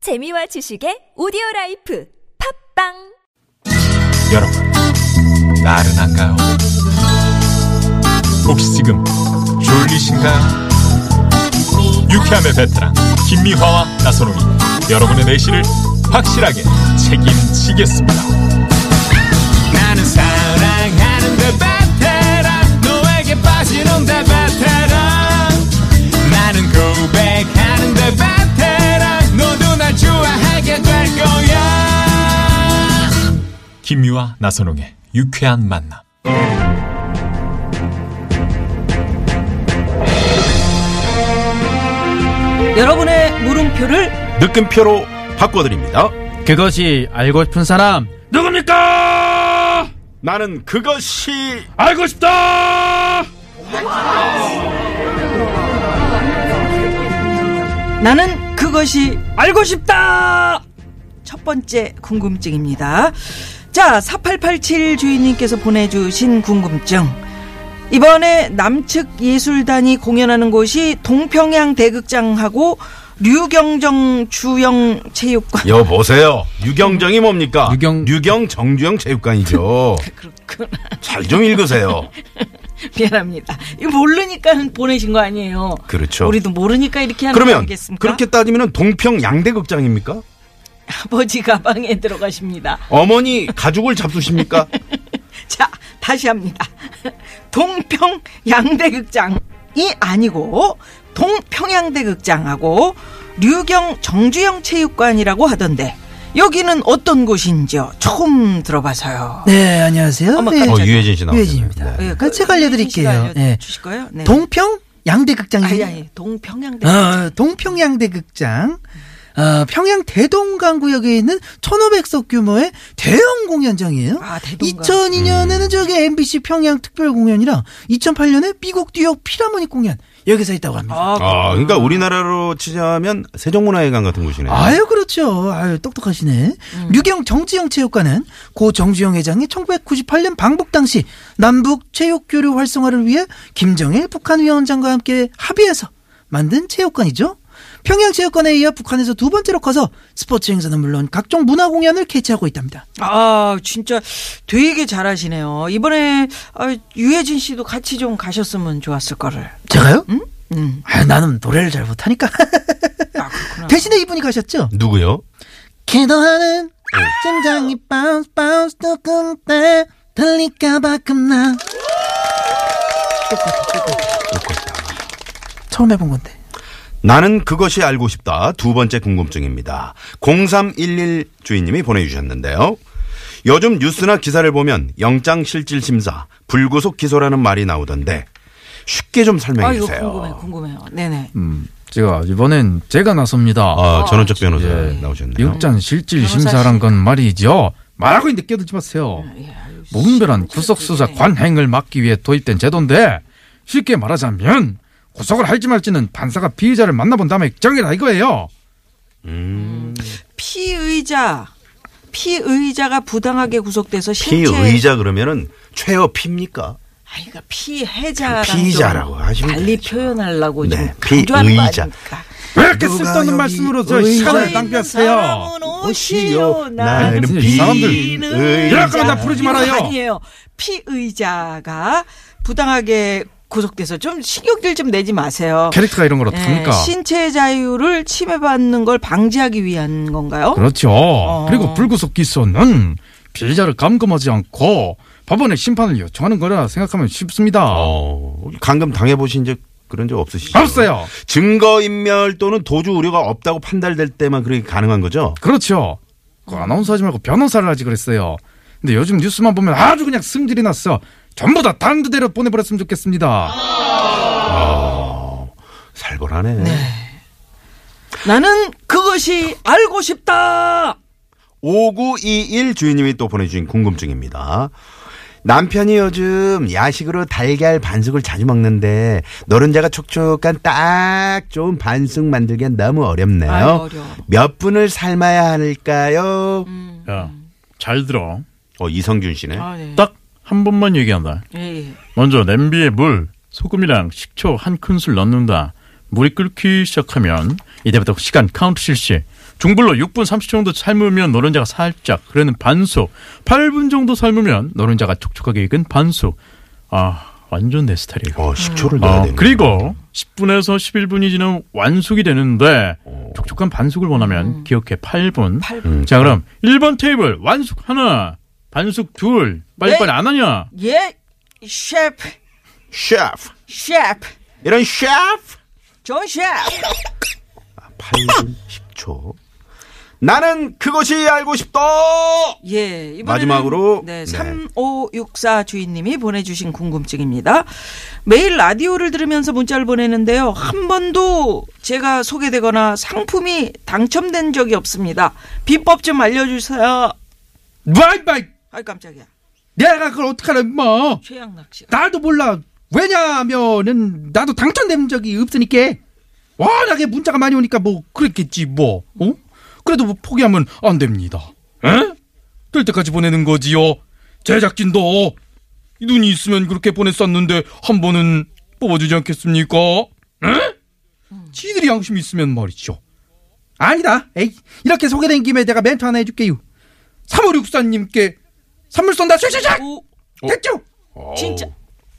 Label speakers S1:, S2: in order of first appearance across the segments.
S1: 재미와 지식의 오디오 라이프 팝빵
S2: 여러분, 나른한가요? 혹시 지금 졸리신가요? 유쾌함의 베테랑 김미화와 나선홍이 여러분의 내실을 확실하게 책임지겠습니다.
S3: 나는 사랑하는데 그 베테랑 너에게 빠지는데 베테랑 나는 고백하는데 그 베테랑 너도 날 좋아하게 될 거야
S2: 김미화 나선홍의 유쾌한 만남.
S4: 여러분의 물음표를
S5: 느낌표로 바꿔드립니다.
S6: 그것이 알고 싶은 사람
S5: 누굽니까? 나는 그것이 알고 싶다.
S4: 나는 그것이 알고 싶다 첫 번째 궁금증입니다 자 4887 주인님께서 보내주신 궁금증 이번에 남측 예술단이 공연하는 곳이 동평양 대극장하고 류경정 주영 체육관
S5: 여보세요. 유경정이 뭡니까?
S6: 유경-
S5: 정주영 체육관이죠.
S4: 그렇구나
S5: 잘 좀 읽으세요.
S4: 미안합니다 이거 모르니까 보내신 거 아니에요
S5: 그렇죠.
S4: 우리도 모르니까 이렇게 하는 거
S5: 그러면
S4: 아니겠습니까
S5: 그렇게 따지면 동평 양대극장입니까?
S4: 아버지 가방에 들어가십니다
S5: 어머니 가죽을 잡수십니까?
S4: 자, 다시 합니다. 동평 양대극장이 아니고 동평양대극장하고 류경 정주영 체육관이라고 하던데 여기는 어떤 곳인지요? 처음 들어봐서요.
S7: 네, 안녕하세요.
S4: 어머,
S7: 네,
S4: 깜짝이야.
S5: 유해진 씨 나오셨네요.
S7: 유해진입니다.
S5: 네.
S4: 예,
S7: 아, 제가 알려드릴게요. 예.
S4: 주실 거예요? 네.
S7: 동평 양대극장이죠.
S4: 아니 네. 아니 동평양대극장.
S7: 어, 동평양대극장. 어, 평양 대동강 구역에 있는 1,500석 규모의 대형 공연장이에요.
S4: 아, 대동강. 음.
S7: 2002년에는 저기 MBC 평양 특별 공연이랑 2008년에 미국 뉴욕 피라모닉 공연 여기서 했다고 합니다.
S4: 아,
S5: 아, 그러니까 우리나라로 치자면 세종문화회관 같은 곳이네요.
S7: 아유 그렇죠. 아유 똑똑하시네. 류경 정지영 체육관은 고 정지영 회장이 1998년 방북 당시 남북 체육 교류 활성화를 위해 김정일 북한 위원장과 함께 합의해서 만든 체육관이죠. 평양 체육관에 이어 북한에서 두 번째로 커서 스포츠 행사는 물론 각종 문화 공연을 개최하고 있답니다.
S4: 아, 진짜 되게 잘하시네요. 이번에 아, 유해진 씨도 같이 좀 가셨으면 좋았을 거를.
S7: 제가요?
S4: 응? 음.
S7: 아유 나는 노래를 잘 못하니까.
S4: 아, 그렇구나.
S7: 대신에 이분이 가셨죠?
S5: 누구요?
S7: 기도하는
S8: 네.
S7: 심장이 바운스 바운스 조금 때 들릴까봐 겁나. 처음 해본 건데.
S5: 나는 그것이 알고 싶다. 두 번째 궁금증입니다. 0311 주인님이 보내주셨는데요. 요즘 뉴스나 기사를 보면 영장실질심사, 불구속 기소라는 말이 나오던데 쉽게 좀
S4: 아,
S5: 설명해
S4: 이거
S5: 네, 주세요. 음,
S4: 궁금해, 궁금해요. 네네.
S6: 제가 이번엔 제가 나섭니다.
S5: 아, 전원적 변호사
S6: 예.
S5: 나오셨네요.
S6: 영장 실질
S4: 변호사
S6: 심사란 건 말이죠. 말하고 있는데 끼어들지 마세요.
S4: 네,
S6: 무분별한 구속 수사 관행을 막기 위해 도입된 제도인데 쉽게 말하자면 구속을 할지 말지는 판사가 피의자를 만나본 다음에 정해라 이거예요.
S4: 피의자 피의자가 부당하게 구속돼서 신체
S5: 피의자 그러면은 최어 피입니까?
S4: 아니 그 피해자랑
S5: 피의자라고
S4: 좀
S5: 하시면
S4: 달리
S5: 되죠.
S4: 표현하려고
S5: 네,
S4: 좀 강조하는 거
S5: 피의자.
S4: 아닙니까?
S6: 왜 이렇게
S7: 누가
S6: 쓸데없는
S7: 여기
S6: 말씀으로 저
S7: 의자-
S6: 시간을 낭비하세요?
S4: 사람은 오시오 나는
S6: 나는
S5: 피-
S6: 사람들
S5: 의자.
S6: 이럴 거면 다 부르지 말아요.
S4: 아니에요. 피의자가 부당하게 구속돼서 좀 신경질 좀 내지 마세요.
S6: 캐릭터가 이런 걸
S4: 예,
S6: 어떡합니까?
S4: 신체 자유를 침해받는 걸 방지하기 위한 건가요?
S6: 그렇죠. 그리고 불구속 기소는 피해자를 감금하지 않고 법원에 심판을 요청하는 거라 생각하면 쉽습니다.
S5: 어, 감금 당해보신 적 그런 적 없으시죠?
S6: 없어요.
S5: 증거인멸 또는 도주 우려가 없다고 판단될 때만 그렇게 가능한 거죠?
S6: 그렇죠. 그 아나운서 하지 말고 변호사를 하지 그랬어요. 근데 요즘 뉴스만 보면 아주 그냥 승질이 났어. 전부 다 단두대로 보내버렸으면 좋겠습니다.
S5: 살벌하네.
S4: 나는 그것이 알고 싶다.
S5: 5921 주인님이 또 보내주신 궁금증입니다. 남편이 요즘 야식으로 달걀 반숙을 자주 먹는데 노른자가 촉촉한 딱 좋은 반숙 만들기엔 너무 어렵네요.
S4: 아유, 어려워.
S5: 몇 분을 삶아야 할까요?
S9: 야, 잘 들어.
S5: 어 이성균 씨네.
S4: 음. 아, 네.
S9: 딱 한 번만 얘기한다.
S4: 예, 예.
S9: 먼저 냄비에 물, 소금이랑 식초 한 큰술 넣는다. 물이 끓기 시작하면 이때부터 시간 카운트 실시. 중불로 6분 30초 정도 삶으면 노른자가 살짝 그러는 반숙. 8분 정도 삶으면 노른자가 촉촉하게 익은 반숙. 아 완전 내 스타일이에요.
S5: 어,
S6: 네,
S5: 식초를 넣어야
S9: 아,
S5: 되는
S9: 그리고 10분에서 11분이 지나면 완숙이 되는데 촉촉한 반숙을 원하면 기억해 8분.
S6: 음.
S9: 자 그럼 1번 테이블 완숙 하나, 반숙 둘. 빨리빨리
S4: 네.
S9: 안 하냐?
S4: 예, 셰프,
S5: 셰프
S4: 셰프,
S5: 이런 셰프
S4: 존 셰프.
S5: 8분 10초 나는 그것이 알고 싶다
S4: 예, 이번에는
S5: 마지막으로,
S4: 네,
S5: 네.
S4: 3564 주인님이 보내주신 궁금증입니다. 매일 라디오를 들으면서 문자를 보내는데요. 한 번도 제가 소개되거나 상품이 당첨된 적이 없습니다. 비법 좀 알려주세요.
S6: 와이바이
S4: 아이 깜짝이야.
S6: 내가 그걸 어떡하라 뭐
S4: 최양 낚시.
S6: 나도 몰라 왜냐면은 나도 당첨된 적이 없으니까 워낙에 문자가 많이 오니까 뭐 그랬겠지 뭐 어? 그래도 뭐 포기하면 안 됩니다 에? 될 때까지 보내는 거지요 제작진도 눈이 있으면 그렇게 보냈었는데 한 번은 뽑아주지 않겠습니까? 에? 지들이 양심이 있으면 말이죠 아니다 에이 이렇게 소개된 김에 내가 멘트 하나 해줄게요 3564님께 선물 쏜다 샤샤샥
S4: 오,
S6: 됐죠?
S4: 진짜.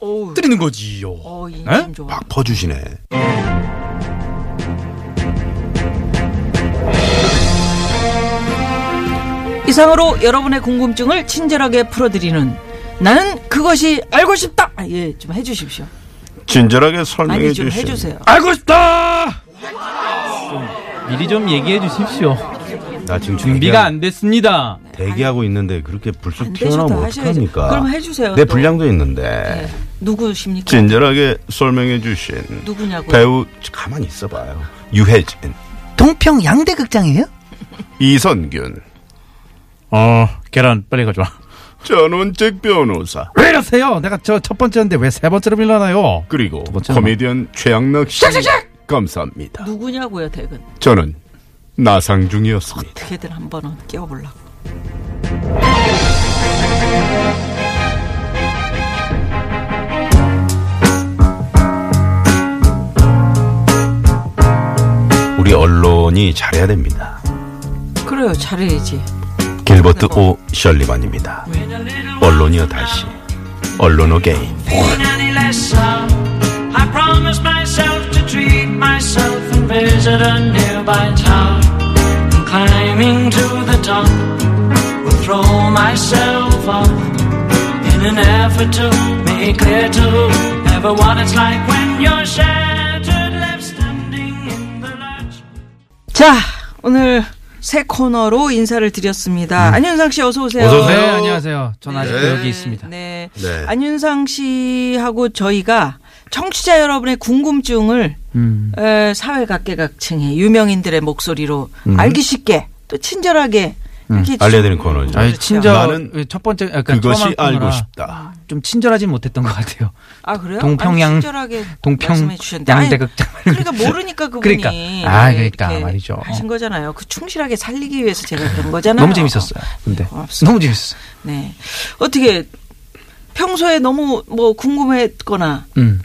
S4: 오,
S6: 드리는 거지요.
S4: 어,
S6: 에?
S5: 네?
S4: 인심 좋아.
S5: 막 퍼주시네
S4: 이상으로 여러분의 궁금증을 친절하게 풀어드리는 나는 그것이 알고 싶다. 아, 예, 좀 해주십시오.
S5: 친절하게 설명해
S4: 아니 좀
S5: 주시네
S4: 해주세요.
S6: 알고 싶다.
S8: 미리 좀 얘기해 주십시오.
S5: 나 지금
S8: 준비가 안 됐습니다.
S5: 대기하고 있는데 그렇게 불쑥
S4: 음, 안 되셔도
S5: 튀어나오면
S4: 하셔야죠.
S5: 어떡합니까
S4: 그럼 해주세요.
S5: 내
S4: 또.
S5: 분량도 있는데
S4: 예. 누구십니까?
S5: 친절하게 설명해 주신
S4: 누구냐고요?
S5: 배우 가만히 있어봐요 유혜진
S7: 동평 양대극장이에요?
S5: 이선균
S9: 어 계란 빨리 가져와.
S5: 전원책 변호사
S6: 왜 이러세요? 내가 저 첫 번째인데 왜 세 번째로 밀려나요?
S5: 그리고
S6: 번째는
S5: 코미디언 최양락 씨 감사합니다.
S4: 뭐? 누구냐고요, 대근.
S5: 저는 나상중이었습니다.
S4: 어떻게든 한 번은 끼워보려고.
S5: 우리 언론이 잘해야 됩니다.
S4: 그래요, 잘해야지.
S5: 길버트 오 셜리반입니다. 언론이여 다시 언론어 게임.
S10: any less so. I promised myself to treat myself and visit a nearby tower. And climbing to the top, will throw myself off in an effort to make clear to ever what it's like when you're shattered, left standing in the lurch.
S4: 자, 오늘 새 코너로 인사를 드렸습니다. 안윤상 씨 어서 오세요.
S5: 어서 오세요.
S8: 네, 안녕하세요. 전 아직도 여기 있습니다.
S4: 네.
S5: 네.
S4: 안윤상 씨하고 저희가 청취자 여러분의 궁금증을
S8: 음.
S4: 에, 사회 각계각층의 유명인들의 목소리로 알기 쉽게 또 친절하게 이렇게
S5: 음.
S4: 그렇죠.
S5: 알려드리는 코너죠.
S8: 아니, 친절
S5: 나는
S8: 첫 번째 약간
S5: 그것이
S8: 처음 한
S5: 알고
S8: 거라 아,
S5: 싶다.
S8: 좀 친절하진 못했던 것 같아요.
S4: 아 그래요?
S8: 동평양-
S4: 아니, 친절하게
S8: 동평
S4: 말씀해 주셨는데. 아니,
S8: 양대극장
S4: 그러니까 모르니까 그분이
S8: 그러니까. 아,
S4: 네,
S8: 그러니까
S4: 이렇게
S8: 말이죠.
S4: 하신 거잖아요. 그 충실하게 살리기 위해서 제가 그런
S5: 네.
S4: 거잖아요.
S8: 너무 재밌었어요. 근데
S5: 아,
S4: 고맙습니다.
S8: 너무 재밌었어요.
S4: 네. 어떻게 평소에 너무 뭐 궁금했거나
S8: 음.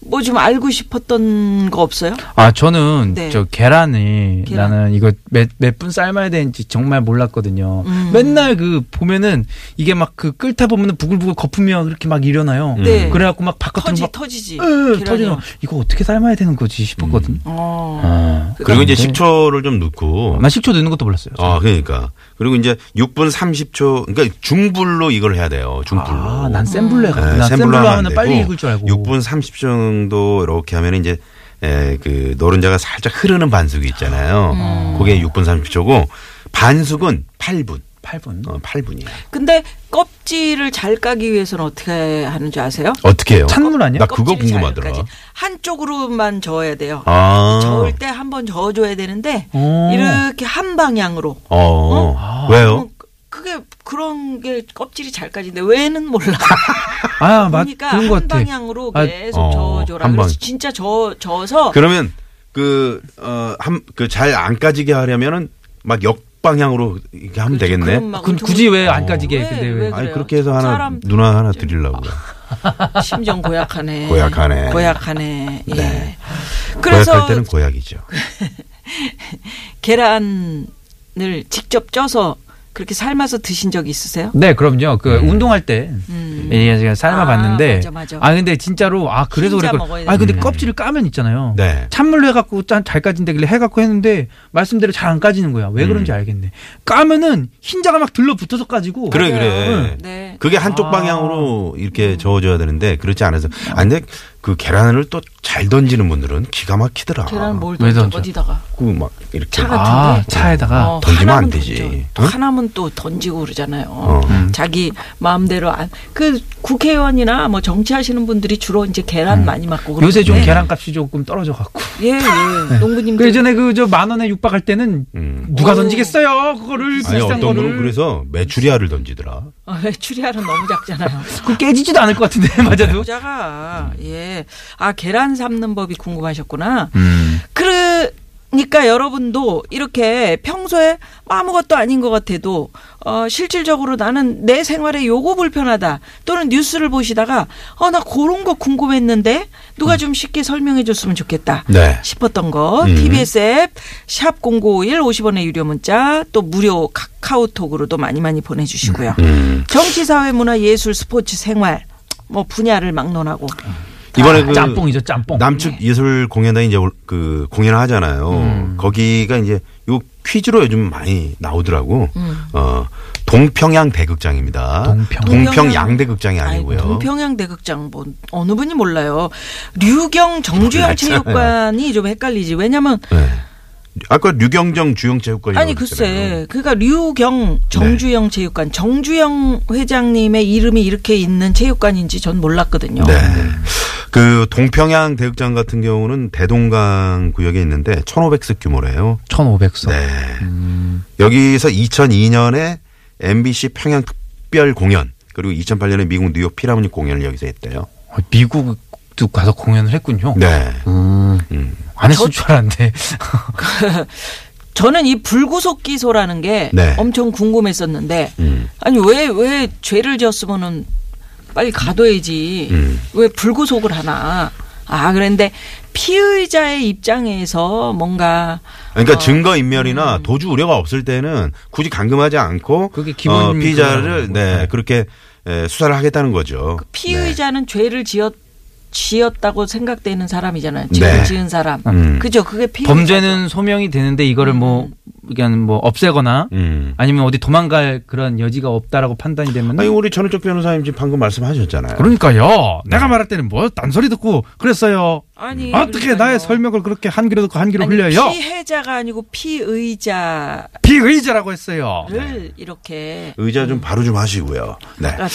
S4: 뭐 좀 알고 싶었던 거 없어요?
S8: 아 저는
S4: 네.
S8: 저 계란이
S4: 계란.
S8: 나는 이거 몇 몇 분 삶아야 되는지 정말 몰랐거든요.
S4: 음.
S8: 맨날 그 보면은 이게 막 그 끓다 보면은 부글부글 거품이 막 이렇게 막 일어나요.
S4: 네.
S8: 그래갖고 막 바깥으로
S4: 터지
S8: 막
S4: 터지지.
S8: 예,
S4: 계란이.
S8: 터지나 이거 어떻게 삶아야 되는 거지 싶었거든.
S4: 어.
S8: 아,
S5: 음. 그리고 이제
S8: 근데
S5: 식초를 좀 넣고.
S8: 나 식초 넣는 것도 몰랐어요.
S5: 아 그러니까 그리고 이제 6분 30초 그러니까 중불로 이걸 해야 돼요. 중불로.
S8: 아난센 불로
S5: 네,
S8: 해가지고 센
S5: 센 불로
S8: 불로
S5: 하면
S8: 하면
S5: 안
S8: 빨리
S5: 되고
S8: 익을 줄 알고.
S5: 6분 30초 정도 이렇게 하면 이제 에, 그 노른자가 살짝 흐르는 반숙이 있잖아요.
S8: 음.
S5: 그게 6분 30초고 반숙은 8분.
S8: 8분.
S5: 어, 8분이야.
S4: 근데 껍질을 잘 까기 위해서는 어떻게 하는지 아세요?
S5: 어떻게 해요?
S8: 찬물 아니야?
S5: 나 그거
S4: 껍질을 잘
S5: 궁금하더라.
S4: 까지. 한쪽으로만 저어야 돼요.
S5: 아.
S4: 저을 때 한 번 저어줘야 되는데
S8: 어.
S4: 이렇게 한 방향으로.
S5: 어. 왜요?
S4: 어, 그게 그런 게 껍질이 잘 까진데 왜는 몰라.
S8: 아 맞.
S4: 그러니까
S8: 그런 것
S4: 한
S8: 같아.
S4: 방향으로
S8: 아,
S4: 계속
S5: 어,
S4: 저어줘라.
S5: 한 방-
S4: 그래서 진짜 저 저어서
S5: 그러면 그 어, 한 그 잘 안 까지게 하려면은 막 역방향으로 이렇게 하면 되겠네.
S4: 그렇죠. 그럼 막
S8: 그
S4: 엄청 어.
S8: 굳이 왜 안 까지게?
S4: 왜,
S8: 근데 왜?
S4: 왜
S5: 아니
S4: 그래요?
S5: 그렇게 해서 하나
S4: 사람 아,
S5: 누나 하나 드리려고.
S4: 심정 고약하네.
S5: 고약하네.
S4: 고약하네. 예.
S5: 네.
S4: 그래서
S5: 고약할 때는 고약이죠.
S4: 계란을 직접 쪄서 그렇게 삶아서 드신 적이 있으세요?
S8: 네, 그럼요. 그 운동할 때
S4: 음.
S8: 예, 제가 삶아
S4: 아,
S8: 봤는데
S4: 맞아, 맞아.
S8: 아, 근데 진짜로 아 그래서
S4: 진짜
S8: 그랬고
S4: 먹어야
S8: 아 근데
S5: 되는데.
S8: 껍질을 까면 있잖아요.
S5: 네.
S8: 찬물로 해갖고 짠 잘 까진다길래 해갖고 했는데 말씀대로 잘 안 까지는 거야. 왜 그런지 알겠네. 까면은 흰자가 막 들러붙어서 까지고.
S5: 음. 그래 그래.
S4: 네. 음.
S5: 그게 한쪽 방향으로 이렇게 저어줘야 되는데 그렇지 않아서. 아 근데 그 계란을 또 잘 던지는 분들은 기가 막히더라.
S4: 계란 뭘
S8: 왜
S4: 던져?
S8: 던져?
S4: 어디다가?
S5: 그 막 이렇게.
S4: 차 같은데.
S8: 아 차에다가
S4: 어,
S5: 던지면 안
S4: 하나면
S5: 되지.
S4: 던져. 또
S5: 응?
S4: 하나면 또 던지고 그러잖아요. 음.
S5: 어.
S4: 자기 마음대로 안. 그 국회의원이나 뭐 정치하시는 분들이 주로 이제 계란 많이 맞고 그러는데.
S8: 요새 좀 계란값이 조금 떨어져갖고.
S4: 예, 예.
S8: 그
S4: 농부님들
S8: 예전에 그 저 만 원에 육박할 때는
S5: 음.
S8: 누가
S4: 오.
S8: 던지겠어요? 그거를
S5: 아니
S8: 비싼
S5: 어떤 분은
S8: 거를.
S5: 그래서
S4: 음.
S5: 메추리알을 던지더라.
S4: 어, 추리알은 너무 작잖아요.
S8: 그거 깨지지도 않을 것 같은데 맞아도.
S4: 여자가 예. 아 계란 삶는 법이 궁금하셨구나. 그러니까 여러분도 이렇게 평소에 아무것도 아닌 것 같아도 어, 실질적으로 나는 내 생활에 요거 불편하다 또는 뉴스를 보시다가 어 나 그런 거 궁금했는데 누가 좀 쉽게 설명해 줬으면 좋겠다.
S5: 네.
S4: 싶었던 거
S5: 음.
S4: TBS 앱 샵 0951 50원의 유료 문자 또 무료 카카오톡으로도 많이 많이 보내주시고요.
S5: 음.
S4: 정치 사회 문화 예술 스포츠 생활 뭐 분야를 막론하고 아,
S5: 이번에 그
S8: 짬뽕이죠 짬뽕.
S5: 남측 예술 공연단이 이제 올- 그 공연을 하잖아요. 거기가 이제 요 퀴즈로 요즘 많이 나오더라고. 어 동평양 대극장입니다.
S8: 동평.
S5: 양 대극장이
S4: 아이,
S5: 아니고요.
S4: 동평양 대극장 뭐 어느 분이 몰라요. 류경 정주영
S5: 몰랐잖아요.
S4: 체육관이 좀 헷갈리지. 왜냐면
S5: 네. 아까 류경정 네. 주영 체육관이
S4: 아니 글쎄 그러니까 류경 정주영 체육관 정주영 회장님의 이름이 이렇게 있는 체육관인지 전 몰랐거든요.
S5: 네. 그 동평양 대극장 같은 경우는 대동강 구역에 있는데 1,500석 규모래요.
S8: 1,500석.
S5: 네. 여기서 2002년에 MBC 평양 특별 공연 그리고 2008년에 미국 뉴욕 피라미드 공연을 여기서 했대요.
S8: 어, 미국도 가서 공연을 했군요.
S5: 네.
S8: 음,
S5: 음.
S8: 안 했을 줄
S4: 네.
S8: 알았는데.
S4: 저는 이 불구속 기소라는 게
S5: 네.
S4: 엄청 궁금했었는데
S5: 음.
S4: 아니 왜 왜 죄를 지었으면은 빨리 가둬야지
S5: 음.
S4: 왜 불구속을 하나 아 그런데 피의자의 입장에서 뭔가
S5: 그러니까 증거 인멸이나 도주 우려가 없을 때는 굳이 감금하지 않고
S8: 그게 기본
S5: 어, 피의자를
S8: 그런
S5: 네,
S8: 거고.
S5: 그렇게 에, 수사를 하겠다는 거죠.
S4: 그
S5: 네.
S6: 네.
S4: 피의자는 죄를 지었 지었다고 생각되는 사람이잖아요. 지금
S5: 네.
S4: 지은 사람.
S5: 음.
S4: 그죠? 그게 피의자.
S8: 범죄는 소명이 되는데 이거를
S4: 음.
S8: 뭐 그냥 뭐 없애거나
S5: 네. 음.
S8: 아니면 어디 도망갈 그런 여지가 없다라고 판단이 되면
S5: 아니 우리 전우적 변호사님 지금 방금 말씀하셨잖아요.
S6: 네. 그러니까요.
S5: 네.
S6: 내가 말할 때는 뭐 딴소리 듣고 그랬어요.
S4: 아니
S6: 음. 어떻게 나의 설명을 그렇게 한 귀로 듣고 한 귀로
S4: 예, 아니,
S6: 흘려요?
S4: 피해자가 아니고 피의자를
S6: 비의자라고 했어요.
S4: 네? 이렇게
S5: 의자 좀 바로 좀 하시고요. 네.
S4: 그러니까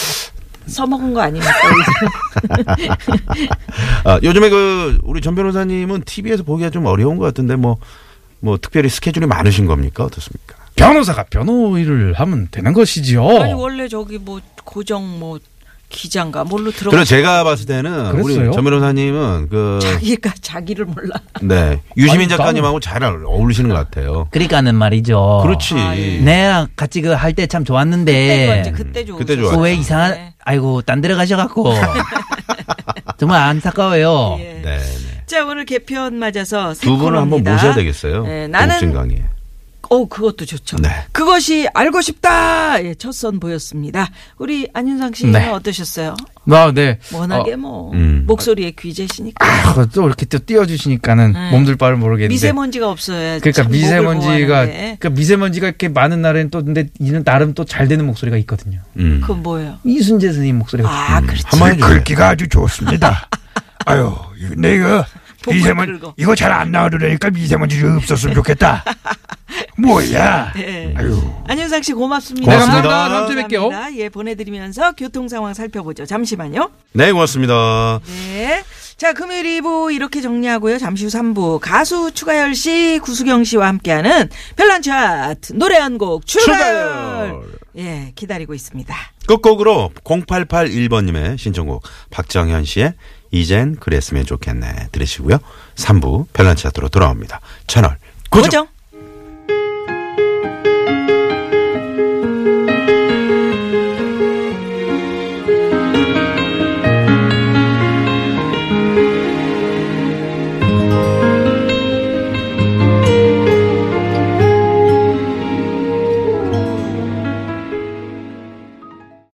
S4: 써먹은 거 아닙니까?
S5: 아, 요즘에 그 우리 전 변호사님은 TV에서 보기가 좀 어려운 것 같은데 뭐 뭐 특별히 스케줄이 많으신 겁니까 어떻습니까?
S6: 변호사가 변호 일을 하면 되는 것이지요.
S5: 어.
S4: 아니 원래 저기 뭐 고정 뭐 기장가 뭘로 들어.
S5: 그리고 제가 봤을 때는
S6: 그랬어요?
S5: 우리 전 변호사님은 그
S4: 자기가 자기를 몰라.
S5: 네. 유시민
S8: 아니,
S5: 작가님하고 잘 어울리시는 것 같아요.
S8: 그러니까는 말이죠.
S6: 아.
S5: 그렇지.
S6: 예.
S8: 내랑 같이 그 할 때 참
S4: 그때가 이제
S8: 좋았는데
S4: 그때 좋.
S5: 예. 그때
S8: 그
S5: 좋았죠.
S8: 왜 이상한
S4: 네.
S8: 아이고 딴 데로 가셔갖고 어. 정말 안타까워요.
S4: 예.
S5: 네. 네.
S4: 자 오늘 개편 맞아서 새
S5: 두 분을 한번
S4: 코너입니다.
S5: 모셔야 되겠어요.
S4: 네,
S5: 공증
S4: 나는
S5: 강의.
S4: 어 그것도 좋죠.
S5: 네.
S4: 그것이 알고 싶다. 예, 첫선 보였습니다. 우리 안윤상 씨는 어떠셨어요?
S6: 나 네.
S4: 워낙에 뭐
S5: 네. 음.
S4: 목소리에 귀재시니까
S6: 아, 또 이렇게 또 띄워주시니까는 몸둘 바를 모르겠는데.
S4: 네. 미세먼지가 없어야.
S6: 그러니까
S4: 참
S6: 미세먼지가
S4: 목을 보호하는데.
S6: 그러니까 미세먼지가 이렇게 많은 날에는 또 근데 이는 나름 또 잘 되는 목소리가 있거든요.
S5: 음.
S4: 그건 뭐예요?
S6: 이순재 선생님 목소리가
S4: 아 그렇지.
S5: 한번 해줘요.
S3: 긁기가 아주 좋습니다. 아유, 근데 이거
S4: 복을
S3: 미세먼지
S4: 긁어.
S3: 이거 잘 안 나오려니까 미세먼지 좀 없었으면 좋겠다. 뭐야?
S4: 네.
S3: 아유.
S4: 안윤상 씨 고맙습니다.
S5: 네, 고맙습니다.
S6: 다음 주에 뵐게요.
S4: 감사합니다. 예, 보내드리면서 교통 상황 살펴보죠. 잠시만요.
S5: 네, 고맙습니다.
S4: 네. 자, 금요일 2부 이렇게 정리하고요. 잠시 후 3부 가수 추가열 씨, 구수경 씨와 함께하는 별난 차트 노래 한 곡 출발.
S5: 출발!
S4: 예, 기다리고 있습니다.
S5: 끝곡으로 0881번님의 신청곡 박정현 씨의 이젠 그랬으면 좋겠네 들으시고요. 3부 별난 차트로 돌아옵니다. 채널 고정.
S4: 고정.